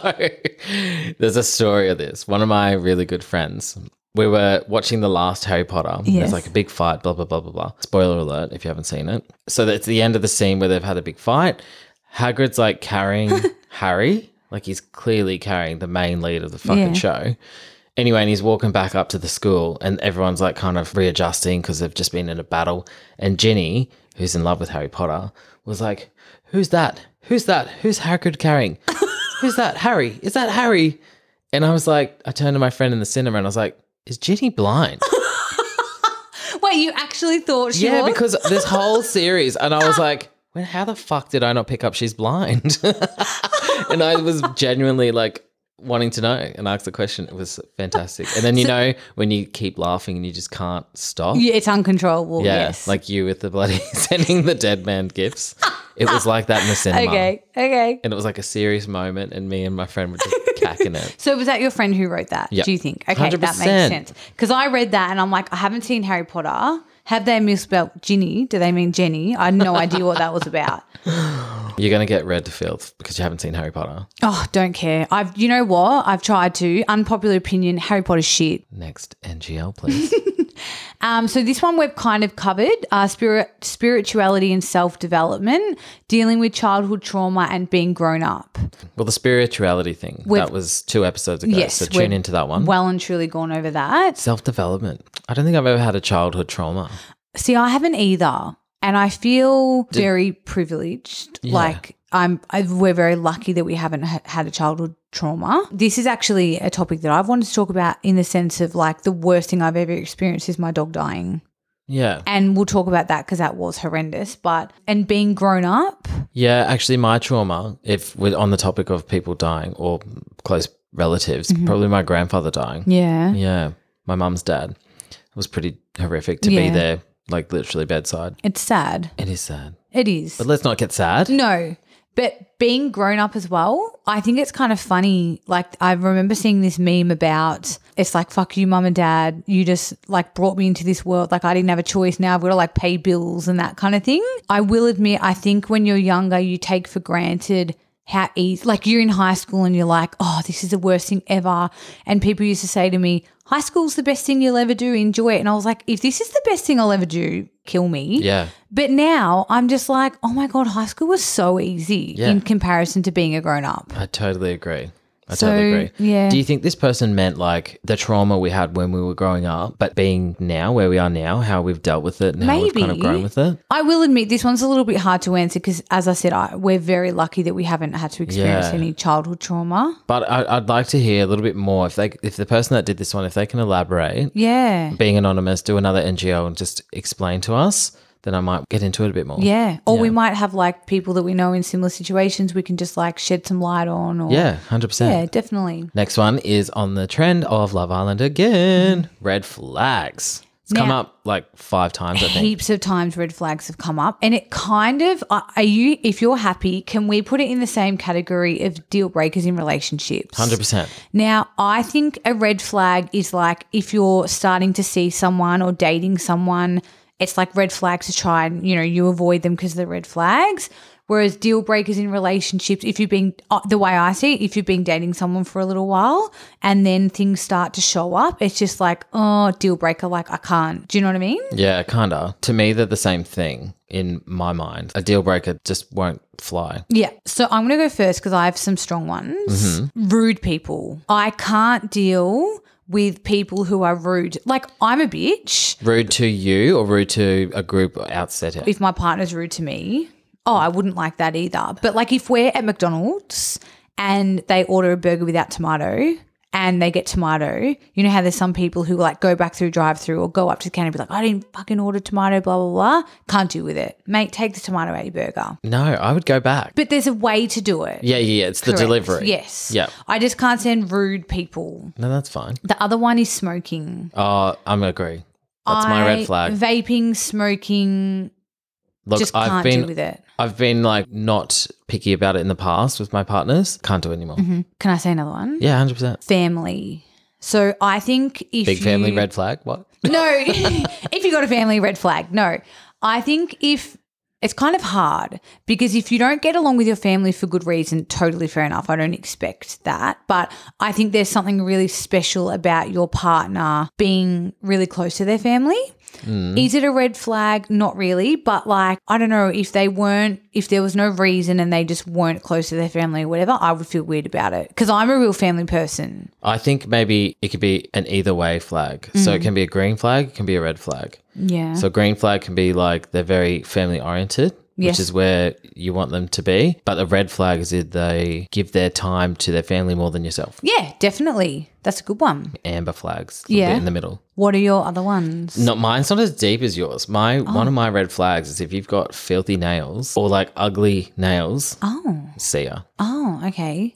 A: there's a story of this. One of my really good friends, we were watching the last Harry Potter.
B: Yes.
A: There's like a big fight, blah, blah, blah, blah, blah. Spoiler alert if you haven't seen it. So that's the end of the scene where they've had a big fight. Hagrid's like carrying Harry. Like he's clearly carrying the main lead of the fucking
B: Yeah.
A: show. Anyway, and he's walking back up to the school, and everyone's like kind of readjusting because they've just been in a battle. And Ginny, who's in love with Harry Potter, was like, Who's that? Who's that? Who's Hagrid carrying? Who's that? Harry? Is that Harry? And I was like, I turned to my friend in the cinema and I was like, Is Ginny blind?
B: Wait, you actually thought she
A: yeah,
B: was?
A: because this whole series, and I was like, When, how the fuck did I not pick up she's blind? and I was genuinely like, Wanting to know and ask the question, it was fantastic. And then you know when you keep laughing and you just can't stop.
B: Yeah, it's uncontrollable.
A: Yeah,
B: yes.
A: like you with the bloody sending the dead man gifts. It was like that in the cinema.
B: okay, okay.
A: And it was like a serious moment, and me and my friend were just cacking it.
B: So was that your friend who wrote that?
A: Yeah.
B: Do you think? Okay, that makes
A: 100%.
B: sense. Because I read that and I'm like, I haven't seen Harry Potter. Have they misspelled Ginny? Do they mean Jenny? I had no idea what that was about.
A: You're gonna get red to filth because you haven't seen Harry Potter.
B: Oh, don't care. I've you know what? I've tried to. Unpopular opinion, Harry Potter shit.
A: Next NGL, please.
B: Um, so this one we've kind of covered uh, spirit, spirituality and self development, dealing with childhood trauma and being grown up.
A: well, the spirituality thing
B: We've-
A: that was two episodes ago.
B: Yes,
A: so
B: we've-
A: tune into that one.
B: Well and truly gone over that.
A: Self development. I don't think I've ever had a childhood trauma.
B: See, I haven't either, and I feel very privileged.
A: Yeah.
B: Like I'm, I, we're very lucky that we haven't ha- had a childhood trauma. This is actually a topic that I've wanted to talk about in the sense of like the worst thing I've ever experienced is my dog dying.
A: Yeah,
B: and we'll talk about that because that was horrendous. But and being grown up,
A: yeah. Actually, my trauma, if we're on the topic of people dying or close relatives, probably my grandfather dying.
B: Mm-hmm. yeah,
A: Yeah. My mum's dad It was pretty horrific to
B: Yeah.
A: be there, like literally bedside.
B: it's sad.
A: It is sad.
B: It is
A: But let's not get sad.
B: no, but being grown up as well. I think it's kind of funny. Like I remember seeing this meme about it's like fuck you, mum and dad. You just like brought me into this world. Like I didn't have a choice. Now I've got to like pay bills and that kind of thing. I will admit, I think when you're younger, you take for granted how easy like you're in high school and you're like oh this is the worst thing ever and people used to say to me high school's the best thing you'll ever do enjoy it and i was like if this is the best thing i'll ever do kill me
A: Yeah.
B: but now I'm just like, oh my God, high school was so easy
A: Yeah.
B: in comparison to being a grown up.
A: I totally agree. I
B: So,
A: totally agree.
B: yeah.
A: Do you think this person meant like the trauma we had when we were growing up, but being now where we are now, how we've dealt with it and how we've kind of
B: Maybe.
A: grown with it?
B: I will admit this one's a little bit hard to answer because, as I said, I, we're very lucky that we haven't had to experience
A: Yeah.
B: any childhood trauma.
A: But I, I'd like to hear a little bit more if they, if the person that did this one, if they can elaborate,
B: Yeah.
A: being anonymous, do another NGO and just explain to us, then I might get into it a bit more.
B: Yeah. Or we might have like people that we know in similar situations we can just like shed some light on or.
A: Yeah, hundred percent.
B: Yeah, definitely.
A: Next one is on the trend of Love Island again. Red flags. It's come
B: Mm-hmm. Now-
A: up like five times, I think.
B: Heaps of times red flags have come up, and it kind of are are you if you're happy, can we put it in the same category of deal breakers in relationships?
A: Hundred percent.
B: Now, I think a red flag is like if you're starting to see someone or dating someone, it's like red flags to try and, you know, you avoid them because of the red flags. Whereas deal breakers in relationships, if you've been, uh, the way I see it, if you've been dating someone for a little while and then things start to show up, it's just like, oh, deal breaker, like I can't. Do you know what I mean?
A: Yeah, kinda. To me, they're the same thing in my mind. A deal breaker just won't fly.
B: Yeah. So I'm going to go first because I have some strong ones. Rude people. I can't deal with people who are rude. Like, I'm a bitch.
A: Rude to you or rude to a group outset it.
B: if my partner's rude to me, oh, I wouldn't like that either. But like if we're at McDonald's and they order a burger without tomato and they get tomato, you know how there's some people who like go back through drive through or go up to the counter and be like, I didn't fucking order tomato, blah, blah, blah. Can't do with it. Mate, take the tomato out of your burger.
A: No, I would go back.
B: But there's a way to do it.
A: Yeah, yeah, yeah. It's the
B: Correct.
A: delivery.
B: Yes.
A: Yeah.
B: I just can't stand rude people.
A: No, that's fine.
B: The other one is smoking.
A: Oh, I'm agree. That's my
B: I-
A: red flag.
B: Vaping, smoking,
A: Look,
B: just
A: I've
B: can't
A: been
B: do with it.
A: I've been like not picky about it in the past with my partners. Can't do it anymore.
B: Mhm. Can I say another one?
A: Yeah, hundred percent.
B: Family. So I think if
A: Big family
B: you-
A: red flag. What?
B: No, if you got a family red flag, no. I think if it's kind of hard because if you don't get along with your family for good reason, totally fair enough. I don't expect that. But I think there's something really special about your partner being really close to their family.
A: Mm.
B: Is it a red flag? Not really. But like, I don't know, if they weren't, if there was no reason and they just weren't close to their family or whatever, I would feel weird about it because I'm a real family person.
A: I think maybe it could be an either way flag. So
B: Mm-hmm.
A: it can be a green flag, it can be a red flag.
B: Yeah.
A: So green flag can be like they're very family oriented,
B: Yes.
A: which is where you want them to be. But the red flag is if they give their time to their family more than yourself.
B: yeah, definitely. That's a good one.
A: Amber flags, a little
B: Yeah.
A: bit in the middle.
B: What are your other ones?
A: No, mine's not as deep as yours. My
B: Oh.
A: one of my red flags is if you've got filthy nails or like ugly nails.
B: Oh,
A: See ya.
B: oh, okay.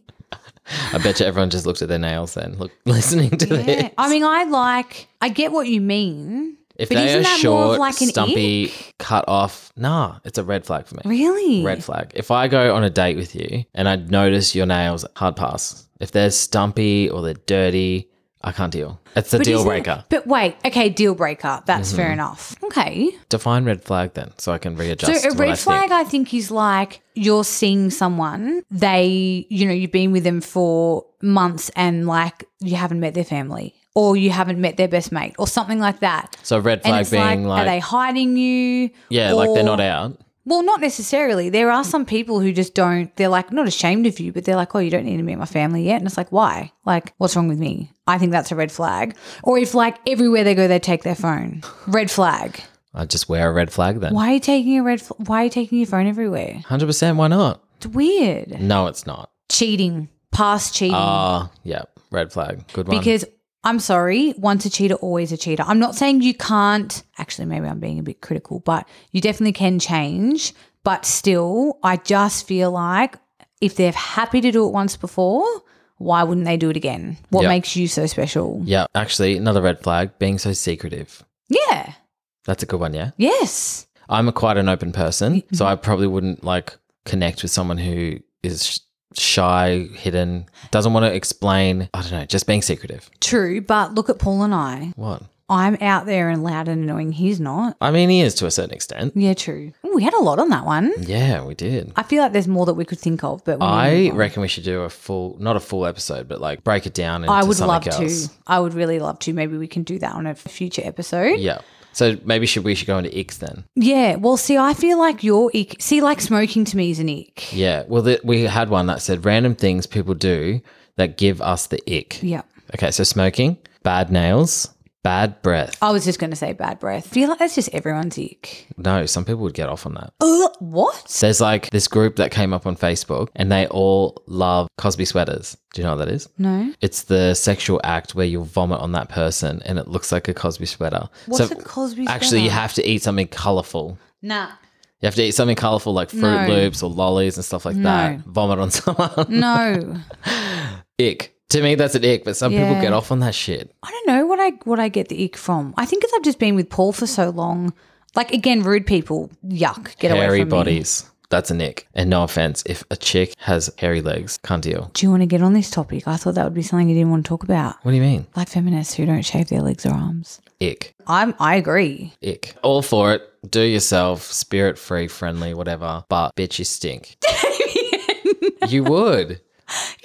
A: I bet you everyone just looked at their nails then. Look, listening to
B: Yeah.
A: this.
B: I mean, I like. I get what you mean.
A: If
B: but
A: they
B: isn't
A: are
B: that
A: short,
B: more of like an
A: stumpy, cut off, nah, it's a red flag for me.
B: Really?
A: Red flag. If I go on a date with you and I notice your nails, hard pass. If they're stumpy or they're dirty, I can't deal. It's the
B: But
A: deal
B: isn't-
A: breaker. Mm-hmm.
B: But wait, okay, deal breaker. That's fair enough. Okay.
A: Define red flag then, so I can readjust.
B: so a
A: what I think.
B: red flag, I think, is like you're seeing someone. They, you know, you've been with them for months, and like you haven't met their family, or you haven't met their best mate, or something like that.
A: So red
B: And
A: flag
B: it's like,
A: being
B: are
A: like,
B: they hiding you?
A: yeah, like they're
B: or-
A: not out.
B: Well, not necessarily. There are some people who just don't, they're like not ashamed of you, but they're like, oh, you don't need to meet my family yet. And it's like, why? Like, what's wrong with me? I think that's a red flag. Or if like everywhere they go, they take their phone. Red flag.
A: I just wear a red flag then.
B: Why are you taking a red fl- Why are you taking your phone everywhere?
A: Hundred percent. Why not?
B: It's weird.
A: No, it's not.
B: Cheating, past cheating.
A: Ah, yeah, red flag. Good one.
B: because I'm sorry, once a cheater, always a cheater. I'm not saying you can't, actually, maybe I'm being a bit critical, but you definitely can change. But still, I just feel like if they're happy to do it once before, why wouldn't they do it again? What
A: Yeah.
B: makes you so special?
A: yeah, actually, another red flag being so secretive.
B: Yeah.
A: That's a good one, yeah.
B: Yes.
A: I'm a quite an open person,
B: mm-hmm.
A: so I probably wouldn't like connect with someone who is sh- shy, hidden, doesn't want to explain. I don't know, just being secretive.
B: True. But look at Paul and I.
A: What?
B: I'm out there and loud and annoying. He's not.
A: I mean, he is to a certain extent.
B: Yeah, true. Ooh, we had a lot on that one.
A: Yeah, we did.
B: Mm-hmm. I feel like there's more that we could think of, but we
A: I reckon we should do a full, not a full episode, but like break it down into
B: I would love
A: something else.
B: to. I would really love to. Maybe we can do that on a future episode.
A: Yeah. So maybe should we should go into icks then?
B: Yeah. Well, see, I feel like your ick. See, like smoking to me is an ick.
A: Yeah. Well, th- we had one that said random things people do that give us the ick.
B: Yeah.
A: Okay, so smoking, bad nails, bad breath.
B: I was just going to say bad breath. feel like that's just everyone's ick.
A: No, some people would get off on that.
B: Ugh, what?
A: There's like this group that came up on Facebook and they all love Cosby sweaters. Do you know what that is?
B: No.
A: It's the sexual act where you'll vomit on that person and it looks like a Cosby sweater.
B: What's a Cosby
A: Actually, you
B: sweater?
A: have to eat something colorful.
B: Nah.
A: You have to eat something colorful like Fruit
B: No.
A: Loops or lollies and stuff like that. Vomit on someone.
B: No.
A: ick. To me, that's an ick, but some
B: Yeah.
A: people get off on that shit.
B: I don't know what I what I get the ick from. I think because I've just been with Paul for so long. Like again, rude people. Yuck. Get away
A: hairy
B: from me.
A: bodies. That's an ick. And no offense, if a chick has hairy legs, can't deal.
B: Do you want to get on this topic? I thought that would be something you didn't want to talk about.
A: What do you mean?
B: Like feminists who don't shave their legs or arms.
A: Ick.
B: I'm. I agree.
A: Ick. All for it. Do yourself, spirit free, friendly, whatever. But bitch, you stink. you would.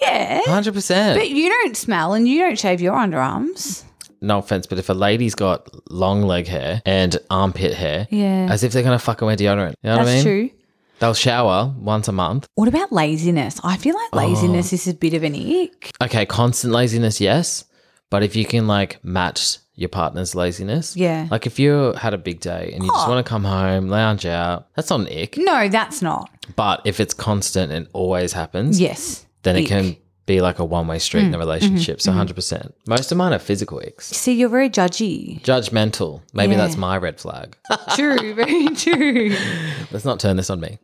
B: Yeah.
A: 100%.
B: But you don't smell and you don't shave your underarms.
A: no offense, but if a lady's got long leg hair and armpit hair,
B: Yeah.
A: as if they're going to fucking wear deodorant. You know what
B: That's
A: I mean?
B: true.
A: They'll shower once a month.
B: What about laziness? I feel
A: Oh.
B: like laziness is a bit of an ick.
A: Okay, constant laziness, yes. But if you can like match your partner's laziness,
B: Yeah.
A: Like if you had a big day and you just want to come home, lounge out, that's not an ick.
B: No, that's not.
A: But if it's constant and always happens,
B: Yes.
A: then
B: Ick.
A: it can be like a one way street
B: Mm, mm-hmm,
A: in the relationship. So 100%. Most of mine are physical icks.
B: See, you're very judgy.
A: Judgmental. Maybe
B: Yeah.
A: that's my red flag.
B: True, very true.
A: Let's not turn this on me.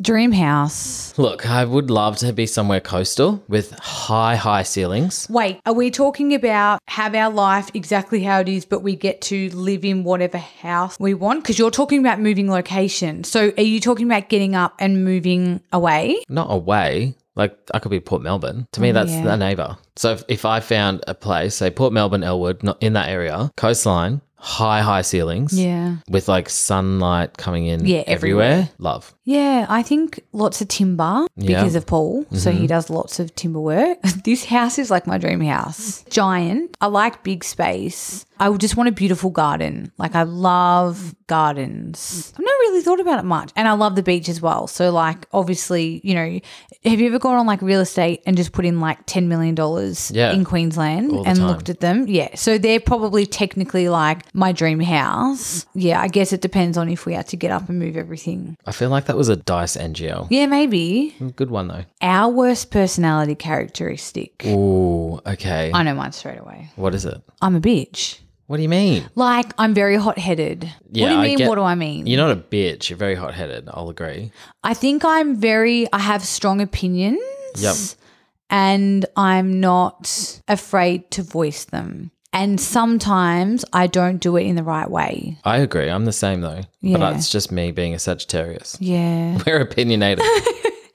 B: Dream house.
A: Look, I would love to be somewhere coastal with high, high ceilings.
B: Wait, are we talking about have our life exactly how it is, but we get to live in whatever house we want? Because you're talking about moving location. So are you talking about getting up and moving away?
A: Not away. Like I could be Port Melbourne. To me, that's
B: Mm, yeah.
A: the neighbour. So if, if I found a place, say Port Melbourne, Elwood, not in that area, coastline, high, high ceilings.
B: Yeah.
A: With like sunlight coming in
B: Yeah,
A: everywhere. Love.
B: Yeah, I think lots of timber
A: Yeah. Mm-hmm.
B: because of Paul. So he does lots of timber work. this house is like my dream house. Giant. I like big space. I would just want a beautiful garden. Like I love gardens. I've not really thought about it much. And I love the beach as well. So like obviously, you know, have you ever gone on like real estate and just put in like 10 million dollars
A: Yeah.
B: in Queensland
A: the
B: and
A: time.
B: looked at them? Yeah. So they're probably technically like my dream house. Yeah, I guess it depends on if we had to get up and move everything.
A: I feel like that was a dice NGL.
B: Yeah, maybe.
A: Good one though.
B: Our worst personality characteristic.
A: Ooh, okay.
B: I know mine straight away.
A: what is it?
B: I'm a bitch.
A: What do you mean?
B: Like, I'm very hot headed. what
A: Yeah,
B: do you
A: I
B: mean?
A: get-
B: what do I mean?
A: You're not a bitch. You're very hot headed. I'll agree.
B: I think I'm very, I have strong opinions
A: Yep.
B: and I'm not afraid to voice them. And sometimes I don't do it in the right way.
A: I agree. I'm the same though. But
B: Yeah.
A: that's just me being a Sagittarius.
B: Yeah.
A: We're opinionated.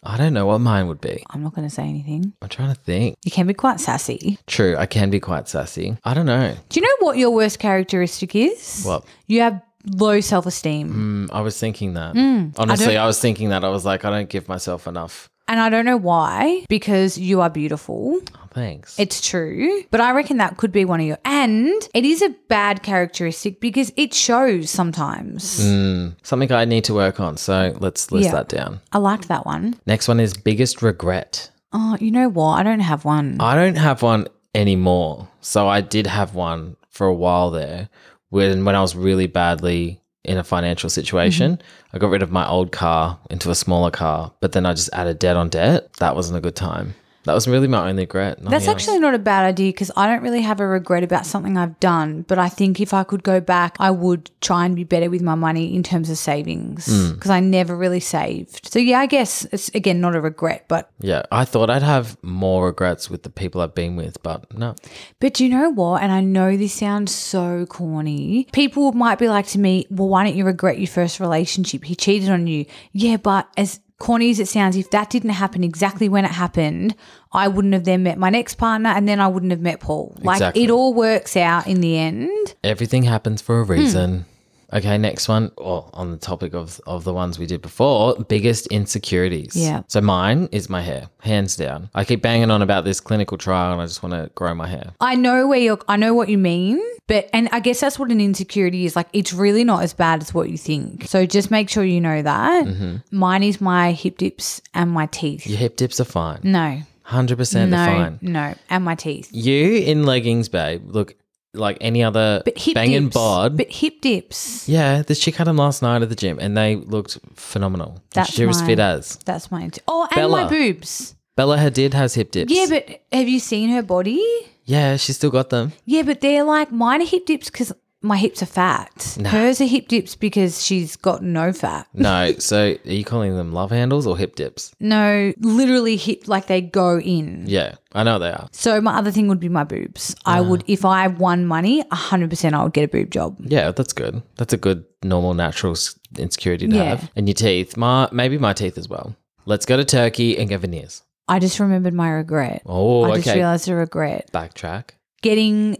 A: I don't know what mine would be.
B: I'm not going to say anything.
A: I'm trying to think.
B: You can be quite sassy.
A: True, I can be quite sassy. I don't know.
B: Do you know what your worst characteristic is?
A: What?
B: You have low self esteem.
A: Mm, I was thinking that.
B: Mm,
A: Honestly, I, was thinking that. I was like, I don't give myself enough.
B: And I don't know why, because you are beautiful.
A: Oh, thanks.
B: It's true. But I reckon that could be one of your. And it is a bad characteristic because it shows sometimes.
A: Mm, something I need to work on. So let's list
B: Yeah.
A: that down.
B: I liked that one.
A: Next one is biggest regret.
B: Oh, you know what? I don't have one.
A: I don't have one anymore. So I did have one for a while there when when I was really badly in a financial situation.
B: Mm-hmm.
A: I got rid of my old car into a smaller car, but then I just added debt on debt. That wasn't a good time. That was really my only regret. nothing
B: That's
A: else.
B: actually not a bad idea because I don't really have a regret about something I've done. But I think if I could go back, I would try and be better with my money in terms of savings because I never really saved. So, yeah, I guess it's again not a regret, but
A: yeah. I thought I'd have more regrets with the people I've been with, but no.
B: But do you know what? And I know this sounds so corny. People might be like to me, well, why don't you regret your first relationship? He cheated on you. Yeah, but as corny as it sounds, if that didn't happen exactly when it happened, I wouldn't have then met my next partner and then I wouldn't have met Paul. Like
A: Exactly.
B: it all works out in the end.
A: Everything happens for
B: Hmm.
A: a reason. Okay, next one. Or on the topic of of the ones we did before, biggest insecurities.
B: Yeah.
A: So mine is my hair, hands down. I keep banging on about this clinical trial, and I just want to grow my hair.
B: I know where you're I know what you mean, but and I guess that's what an insecurity is. Like it's really not as bad as what you think. So just make sure you know that. Mine is my hip dips and my teeth.
A: Your hip dips are fine.
B: No.
A: Hundred percent, they're
B: no,
A: fine.
B: No, and my teeth.
A: You in leggings, babe. Look like any other
B: But hip
A: banging
B: dips.
A: bod.
B: But hip dips.
A: yeah, this chick had them last night at the gym, and they looked phenomenal.
B: That's
A: she was
B: mine.
A: fit as
B: That's my. Oh, and
A: Bella.
B: my boobs.
A: Bella Hadid has hip dips.
B: Yeah, but have you seen her body?
A: yeah, she's still got them.
B: Yeah, but they're like mine are hip dips because my hips are fat. Hers are hip dips because she's got no fat.
A: No, so are you calling them love handles or hip dips?
B: No, literally hip like they go in.
A: Yeah, Uh-huh. I know they are.
B: So my other thing would be my boobs. I would, if I won money, hundred percent, I would get a boob job.
A: Yeah, that's good. That's a good normal natural s- insecurity to
B: Yeah.
A: have. And your teeth, my maybe my teeth as well. Let's go to Turkey and get veneers.
B: I just remembered my regret.
A: Oh,
B: I
A: okay.
B: just realized a regret.
A: Backtrack.
B: getting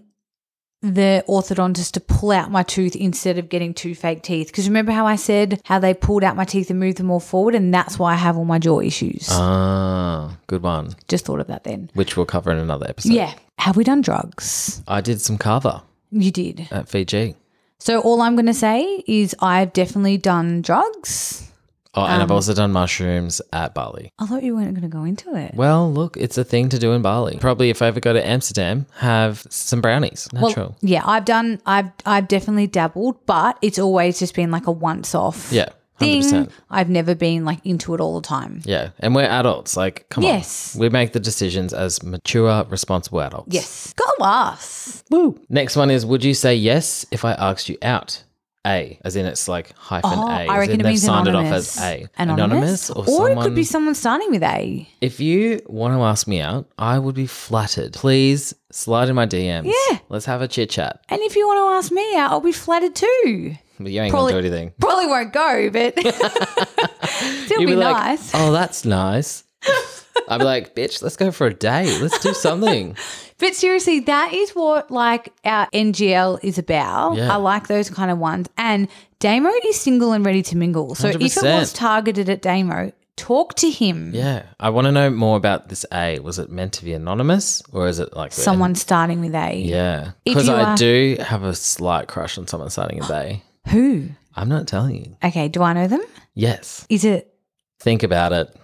B: the orthodontist to pull out my tooth instead of getting two fake teeth. Because remember how I said how they pulled out my teeth and moved them all forward, and that's why I have all my jaw issues.
A: Ah, good one.
B: Just thought of that then.
A: Which we'll cover in another episode.
B: yeah. Have we done drugs?
A: I did some carver
B: You did.
A: at Fiji.
B: So all I'm going to say is I've definitely done drugs.
A: Oh, and I've
B: Um,
A: also done mushrooms at Bali.
B: I thought you weren't going to go into it.
A: Well, look, it's a thing to do in Bali. Probably if I ever go to Amsterdam, have some brownies. Natural.
B: Yeah, I've done. I've I've definitely dabbled, but it's always just been like a once off.
A: yeah.
B: thing.
A: 100%.
B: I've never been like into it all the time.
A: Yeah. And we're adults. Like, come
B: Yes.
A: on. We make the decisions as mature, responsible adults.
B: Yes. Go us.
A: Woo. Next one is Would you say yes if I asked you out? A, as in it's like hyphen
B: Oh,
A: A.
B: I
A: as in
B: reckon it
A: they've
B: means
A: signed
B: anonymous.
A: it off as A.
B: Anonymous,
A: or,
B: or
A: someone.
B: it could be someone starting with A.
A: if you want to ask me out, I would be flattered. Please slide in my DMs.
B: Yeah.
A: Let's have a chit chat.
B: And if you want to ask me out, I'll be flattered too.
A: But you ain't
B: Probably-
A: gonna do anything.
B: Probably won't go, but still
A: You'd
B: be,
A: like,
B: nice.
A: Oh, that's nice. I'd be like, bitch, let's go for a date. Let's do something.
B: But seriously, that is what like our NGL is about.
A: Yeah.
B: I like those kind of ones. And Damo is single and ready to mingle. So if it
A: 100%.
B: was targeted at Damo, talk to him.
A: yeah. I want to know more about this A. Was it meant to be anonymous or is it like the-
B: Someone starting with A.
A: Yeah.
B: If
A: Because
B: you
A: I
B: are-
A: do have a slight crush on someone starting a day.
B: Who?
A: I'm not telling you.
B: Okay, do I know them?
A: Yes.
B: Is it
A: Think about it.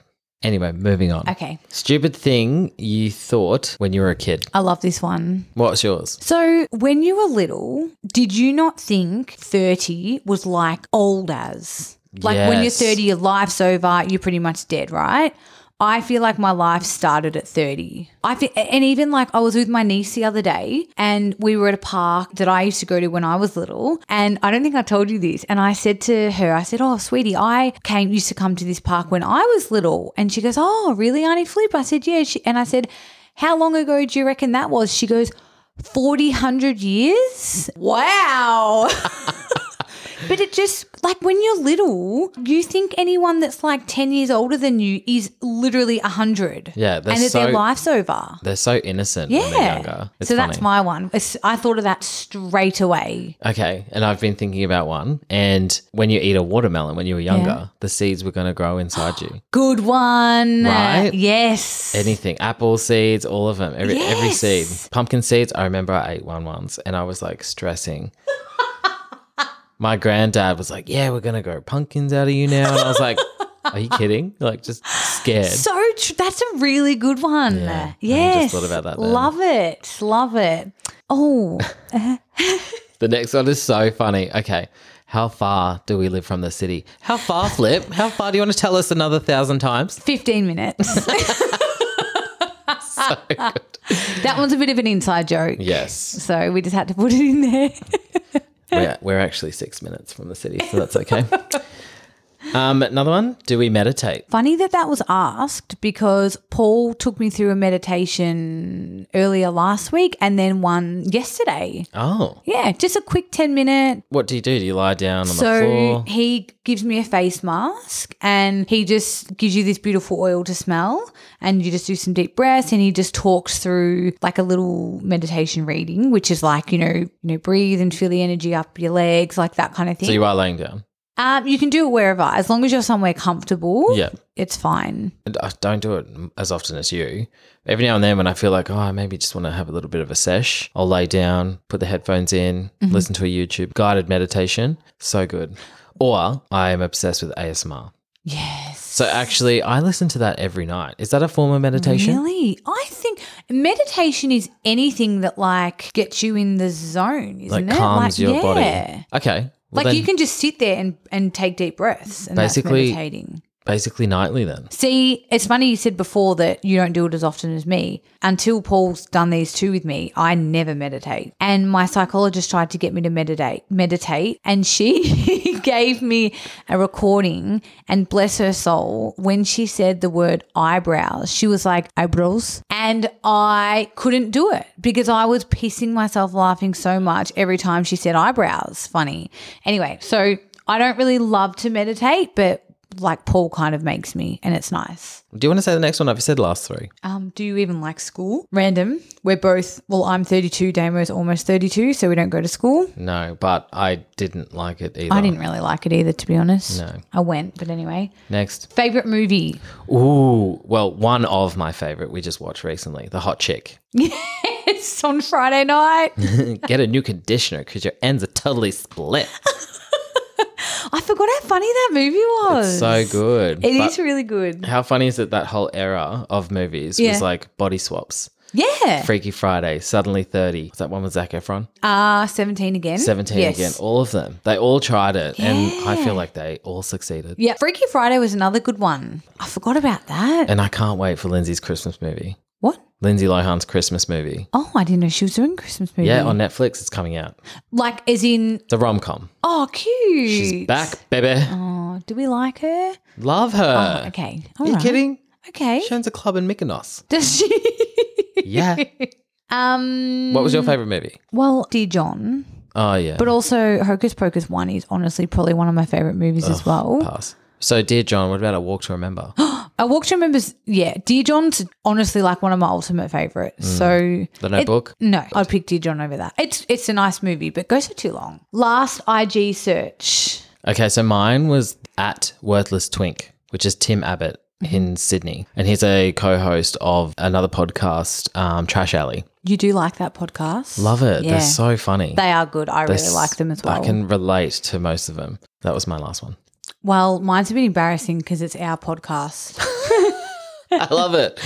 A: Anyway, moving on.
B: okay?
A: Stupid thing you thought when you were a kid.
B: I love this one.
A: What's yours?
B: So, when you were little, did you not think 30 was like old as? Like when you're
A: Yes.
B: 30, your life's over, you're pretty much dead, right? I feel like my life started at 30. I feel, and even like I was with my niece the other day and we were at a park that I used to go to when I was little. And I don't think I told you this. And I said to her, I said, Oh, sweetie, I came, used to come to this park when I was little. And she goes, Oh, really, Auntie Flip? I said, Yeah. She, and I said, How long ago do you reckon that was? She goes, 40 hundred years wow but it just like when you're little you think anyone that's like 10 years older than you is literally 100
A: Yeah, they're
B: and that their
A: so-
B: life's over
A: They're so innocent when they're
B: yeah
A: younger. It's
B: so
A: funny.
B: that's my one It's- i thought of that straight away
A: Okay, and I've been thinking about one. And when you eat a watermelon when you were younger,
B: Yeah.
A: the seeds were going to grow inside you.
B: good one
A: Right?
B: yes
A: Anything, apple seeds, all of them, every every seed,
B: Yes.
A: pumpkin seeds. I remember I ate one once, and I was like stressing. My granddad was like, "Yeah, we're gonna grow pumpkins out of you now," and I was like, "Are you kidding?" Like just scared.
B: so tr- that's a really good one
A: Yeah, I just
B: yes
A: thought about that then.
B: love it love it oh
A: the next one is so funny. Okay, how far do we live from the city? How far, Flip? How far do you want to tell us another thousand times?
B: 15 minutes
A: So good.
B: That one's a bit of an inside joke.
A: Yes.
B: So we just had to put it in there.
A: we're, we're actually six minutes from the city, so that's okay. um, another one. Do we meditate?
B: Funny that that was asked because Paul took me through a meditation earlier last week and then one yesterday.
A: Oh,
B: Yeah, just a quick 10 minute.
A: what do you do? Do you lie down on the
B: So
A: floor?
B: he gives me a face mask and he just gives you this beautiful oil to smell and you just do some deep breaths and he just talks through like a little meditation reading, which is like, you know, you know, breathe and feel the energy up your legs, like that kind of thing.
A: So you are laying down.
B: Um, you can do it wherever, as long as you're somewhere comfortable.
A: Yeah.
B: it's fine.
A: And I don't do it as often as you. Every now and then, when I feel like, oh, I maybe just want to have a little bit of a sesh, I'll lay down, put the headphones in,
B: Mm-hmm.
A: listen to a YouTube guided meditation. So good. Or I am obsessed with ASMR.
B: Yes,
A: So actually, I listen to that every night. Is that a form of meditation?
B: really. I think meditation is anything that like gets you in the zone, isn't
A: Like
B: it?
A: calms your
B: yeah.
A: body. Okay. Well,
B: Like
A: then
B: you can just sit there and, and take deep breaths and
A: Basically-
B: that's meditating.
A: basically nightly then.
B: See, it's funny you said before that you don't do it as often as me. Until Paul's done these two with me, I never meditate. And my psychologist tried to get me to meditate, meditate, and she gave me a recording. And bless her soul, when she said the word eyebrows, she was like eyebrows, and I couldn't do it because I was pissing myself laughing so much every time she said eyebrows. Funny. Anyway, so I don't really love to meditate, but like Paul kind of makes me, and it's nice.
A: Do you want to say the next one? I've said last three.
B: Um, do you even like school? Random. We're both, well, I'm 32, Damo's almost 32, so we don't go to school.
A: No, but I didn't like it either.
B: I didn't really like it either, to be honest.
A: No.
B: I went, but anyway.
A: Next.
B: Favorite movie?
A: Ooh, well, one of my favorite we just watched recently, The Hot Chick.
B: It's on Friday night.
A: Get a new conditioner because your ends are totally split.
B: I forgot how funny that movie was.
A: So good.
B: It is
A: But
B: really good.
A: How funny is it that whole era of movies
B: Yeah.
A: was like body swaps?
B: Yeah.
A: Freaky Friday, Suddenly 30. Was that one with Zac Efron?
B: Ah, 17 again.
A: 17
B: Yes.
A: again. All of them. They all tried it. And I feel like they all succeeded.
B: Yeah. Freaky Friday was another good one. I forgot about that.
A: And I can't wait for Lindsay's Christmas movie.
B: What?
A: Lindsay Lohan's Christmas movie.
B: Oh, I didn't know she was doing Christmas movie.
A: Yeah, on Netflix. It's coming out.
B: like, as in,
A: It's a rom com.
B: oh, cute.
A: She's back, baby.
B: Oh, do we like her?
A: Love her.
B: Oh, okay.
A: Are
B: All
A: Uh, you
B: right.
A: kidding?
B: Okay.
A: She owns a club in Mykonos.
B: Does she?
A: Yeah.
B: um.
A: what was your favorite movie?
B: Well, Dear John,
A: Oh, yeah.
B: but also Hocus Pocus 1 is honestly probably one of my favorite movies as well.
A: Pass. So, Dear John, what about A Walk to Remember? I
B: I Walk to Remember's, yeah, Dear John's honestly like one of my ultimate favorites. So,
A: Mm. The Notebook?
B: no, I'd pick Dear John over that. It's it's a nice movie, but goes for too long. Last IG search.
A: Okay, so mine was at Worthless Twink, which is Tim Abbott
B: Mm-hmm.
A: in Sydney. And he's a co host of another podcast, um, Trash Alley.
B: You do like that podcast?
A: Love it.
B: Yeah.
A: They're so funny.
B: They are good. I really
A: They're s-
B: like them as well.
A: I can relate to most of them. That was my last one.
B: Well, mine's a bit embarrassing because it's our podcast.
A: I love it.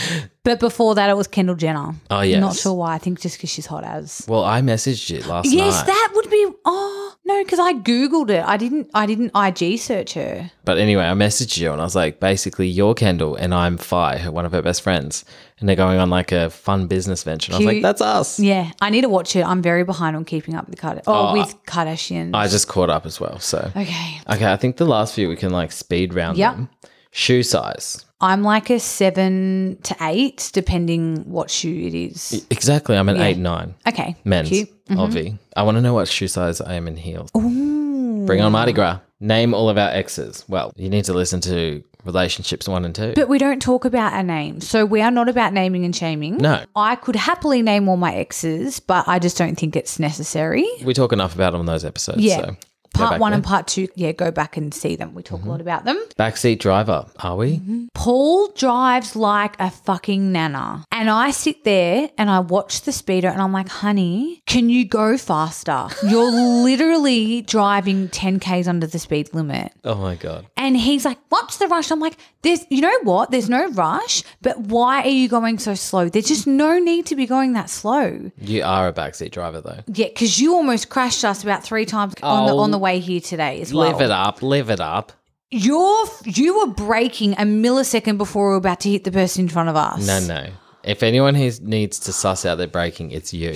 B: but before that, it was Kendall Jenner.
A: Oh, yes.
B: Not sure why. I think just because she's hot as.
A: Well, I messaged you last night.
B: Yes, that would be. Oh no, because I googled it. I didn't. I didn't IG search her.
A: But anyway, I messaged you and I was like, basically, you're Kendall and I'm Phi, her- one of her best friends. And they're going on like a fun business venture. And I was like,
B: Cute.
A: that's us.
B: Yeah, I need to watch it. I'm very behind on keeping up with the Kard- oh, with Kardashians.
A: I just caught up as well. So,
B: okay,
A: okay, I think the last few we can like speed round
B: Yep.
A: them. Shoe size.
B: I'm like a seven to eight, depending what shoe it is.
A: Exactly. I'm an 8 9.
B: Okay,
A: Men's.
B: Cute. Mm-hmm.
A: Obvi. I want to know what shoe size I am in heels. Bring on Mardi Gras. Name all of our exes. Well, you need to listen to relationships one and two.
B: But we don't talk about our names, so we are not about naming and shaming.
A: no.
B: I could happily name all my exes, but I just don't think it's necessary.
A: We talk enough about them on those episodes.
B: Yeah.
A: So.
B: Part
A: back
B: one
A: there. Mm-hmm.
B: and part two, yeah, go back and see them. We talk a lot about them.
A: Backseat driver, are we?
B: Mm-hmm. Paul drives like a fucking nana. And I sit there and I watch the speeder and I'm like, honey, can you go faster? You're literally driving 10Ks under the speed limit.
A: Oh my God.
B: And he's like, what's the rush? I'm like, there's, you know what? There's no rush, but why are you going so slow? There's just no need to be going that slow.
A: You are a backseat driver though.
B: Yeah, because you almost crashed us about three times on the
A: Oh.
B: on the way here today as well.
A: Live it up, live it up.
B: You're you were braking a millisecond before we were about to hit the person in front of us.
A: No, no. If anyone who needs to suss out their braking, it's you.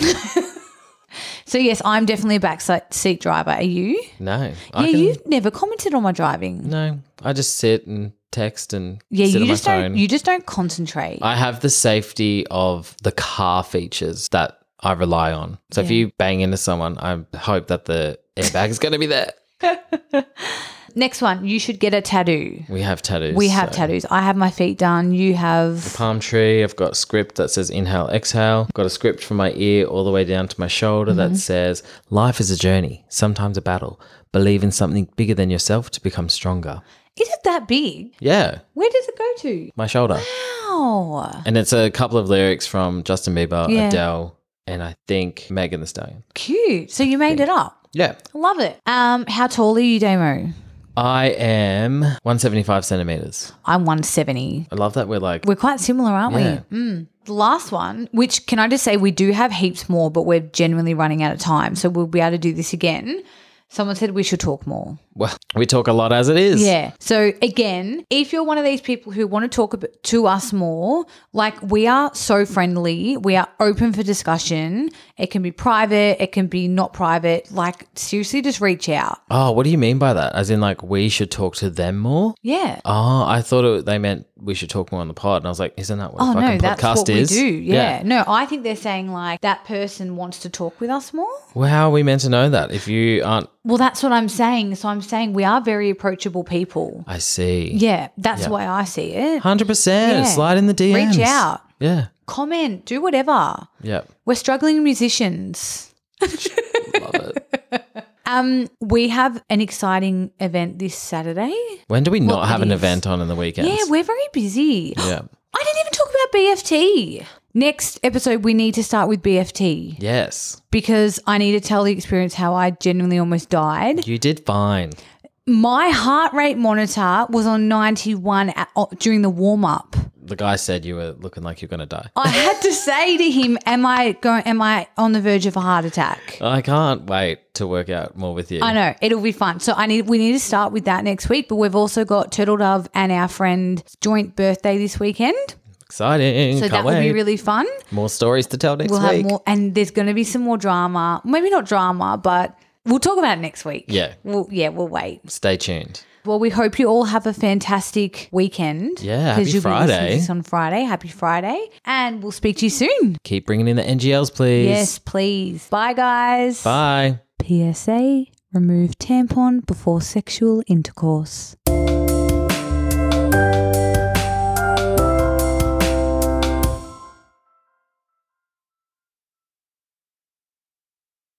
B: So yes, I'm definitely a backseat seat driver. Are you?
A: No,
B: Yeah,
A: I can.
B: you've never commented on my driving.
A: No, I just sit and text and
B: Yeah,
A: sit
B: you
A: on my
B: just
A: phone.
B: don't. You just don't concentrate.
A: I have the safety of the car features that I rely on. So if you bang into someone, I hope that the airbag is going to be there.
B: Next one, you should get a tattoo.
A: We have tattoos.
B: We have
A: so-
B: tattoos. I have my feet done. You have.
A: palm tree. I've got a script that says inhale, exhale. I've got a script from my ear all the way down to my shoulder
B: Mm-hmm.
A: that says life is a journey, sometimes a battle. Believe in something bigger than yourself to become stronger.
B: Is it that big?
A: Yeah,
B: Where does it go to?
A: my shoulder.
B: Oh,
A: And it's a couple of lyrics from Justin Bieber,
B: Yeah.
A: Adele, and I think Megan the Stallion.
B: cute. So you made it up.
A: Yeah.
B: I Love it. Um, how tall are you, Damo?
A: I am 175 centimeters.
B: I'm 170.
A: I love that we're like,
B: We're quite similar, aren't
A: Yeah.
B: we? Mm. The last one, which can I just say we do have heaps more, but we're genuinely running out of time. So we'll be able to do this again. Someone said we should talk more.
A: well, we talk a lot as it is.
B: Yeah. So again, if you're one of these people who want to talk ab- to us more, like we are so friendly, we are open for discussion. It can be private, it can be not private. Like seriously, just reach out.
A: Oh, what do you mean by that? As in, like, we should talk to them more?
B: Yeah.
A: Oh, I thought it, they meant we should talk more on the pod, and I was like, "Isn't that what
B: Oh
A: a
B: no,
A: fucking
B: that's
A: podcast
B: what
A: is?"
B: we do. yeah. No, I think they're saying like that person wants to talk with us more.
A: Well, how are we meant to know that if you aren't?
B: Well, that's what I'm saying. So I'm saying we are very approachable people.
A: I see.
B: Yeah, that's the way I see it.
A: Hundred percent.
B: Yeah.
A: Slide in the DMs.
B: Reach out,
A: Yeah.
B: comment, do whatever.
A: Yeah.
B: We're struggling musicians.
A: Love it.
B: Um, we have an exciting event this Saturday.
A: When do we not have
B: it
A: an
B: is.
A: event on in the weekends?
B: Yeah, we're very busy.
A: yeah.
B: I didn't even talk about BFT. Next episode, we need to start with BFT
A: Yes.
B: because I need to tell the experience how I genuinely almost died.
A: You did fine.
B: My heart rate monitor was on 91 at, during the warm up.
A: the guy said you were looking like you're going to die.
B: I had to say to him, "Am I going? Am I on the verge of a heart attack?"
A: I can't wait to work out more with you.
B: I know it'll be fun. So I need we need to start with that next week. But we've also got Turtle Dove and our friend joint birthday this weekend,
A: Exciting.
B: so
A: can't
B: that will
A: wait.
B: be really fun.
A: more stories to tell next
B: We'll
A: week.
B: have more, and there's going to be some more drama. Maybe not drama, but we'll talk about it next week.
A: Yeah.
B: We'll, yeah, we'll wait.
A: Stay tuned.
B: Well, we hope you all have a fantastic weekend.
A: Yeah, happy
B: because you'll be listening
A: Friday.
B: to this on Friday. Happy Friday, and we'll speak to you soon.
A: Keep bringing in the NGLs, please.
B: Yes, please. Bye, guys.
A: Bye.
B: PSA: Remove tampon before sexual intercourse.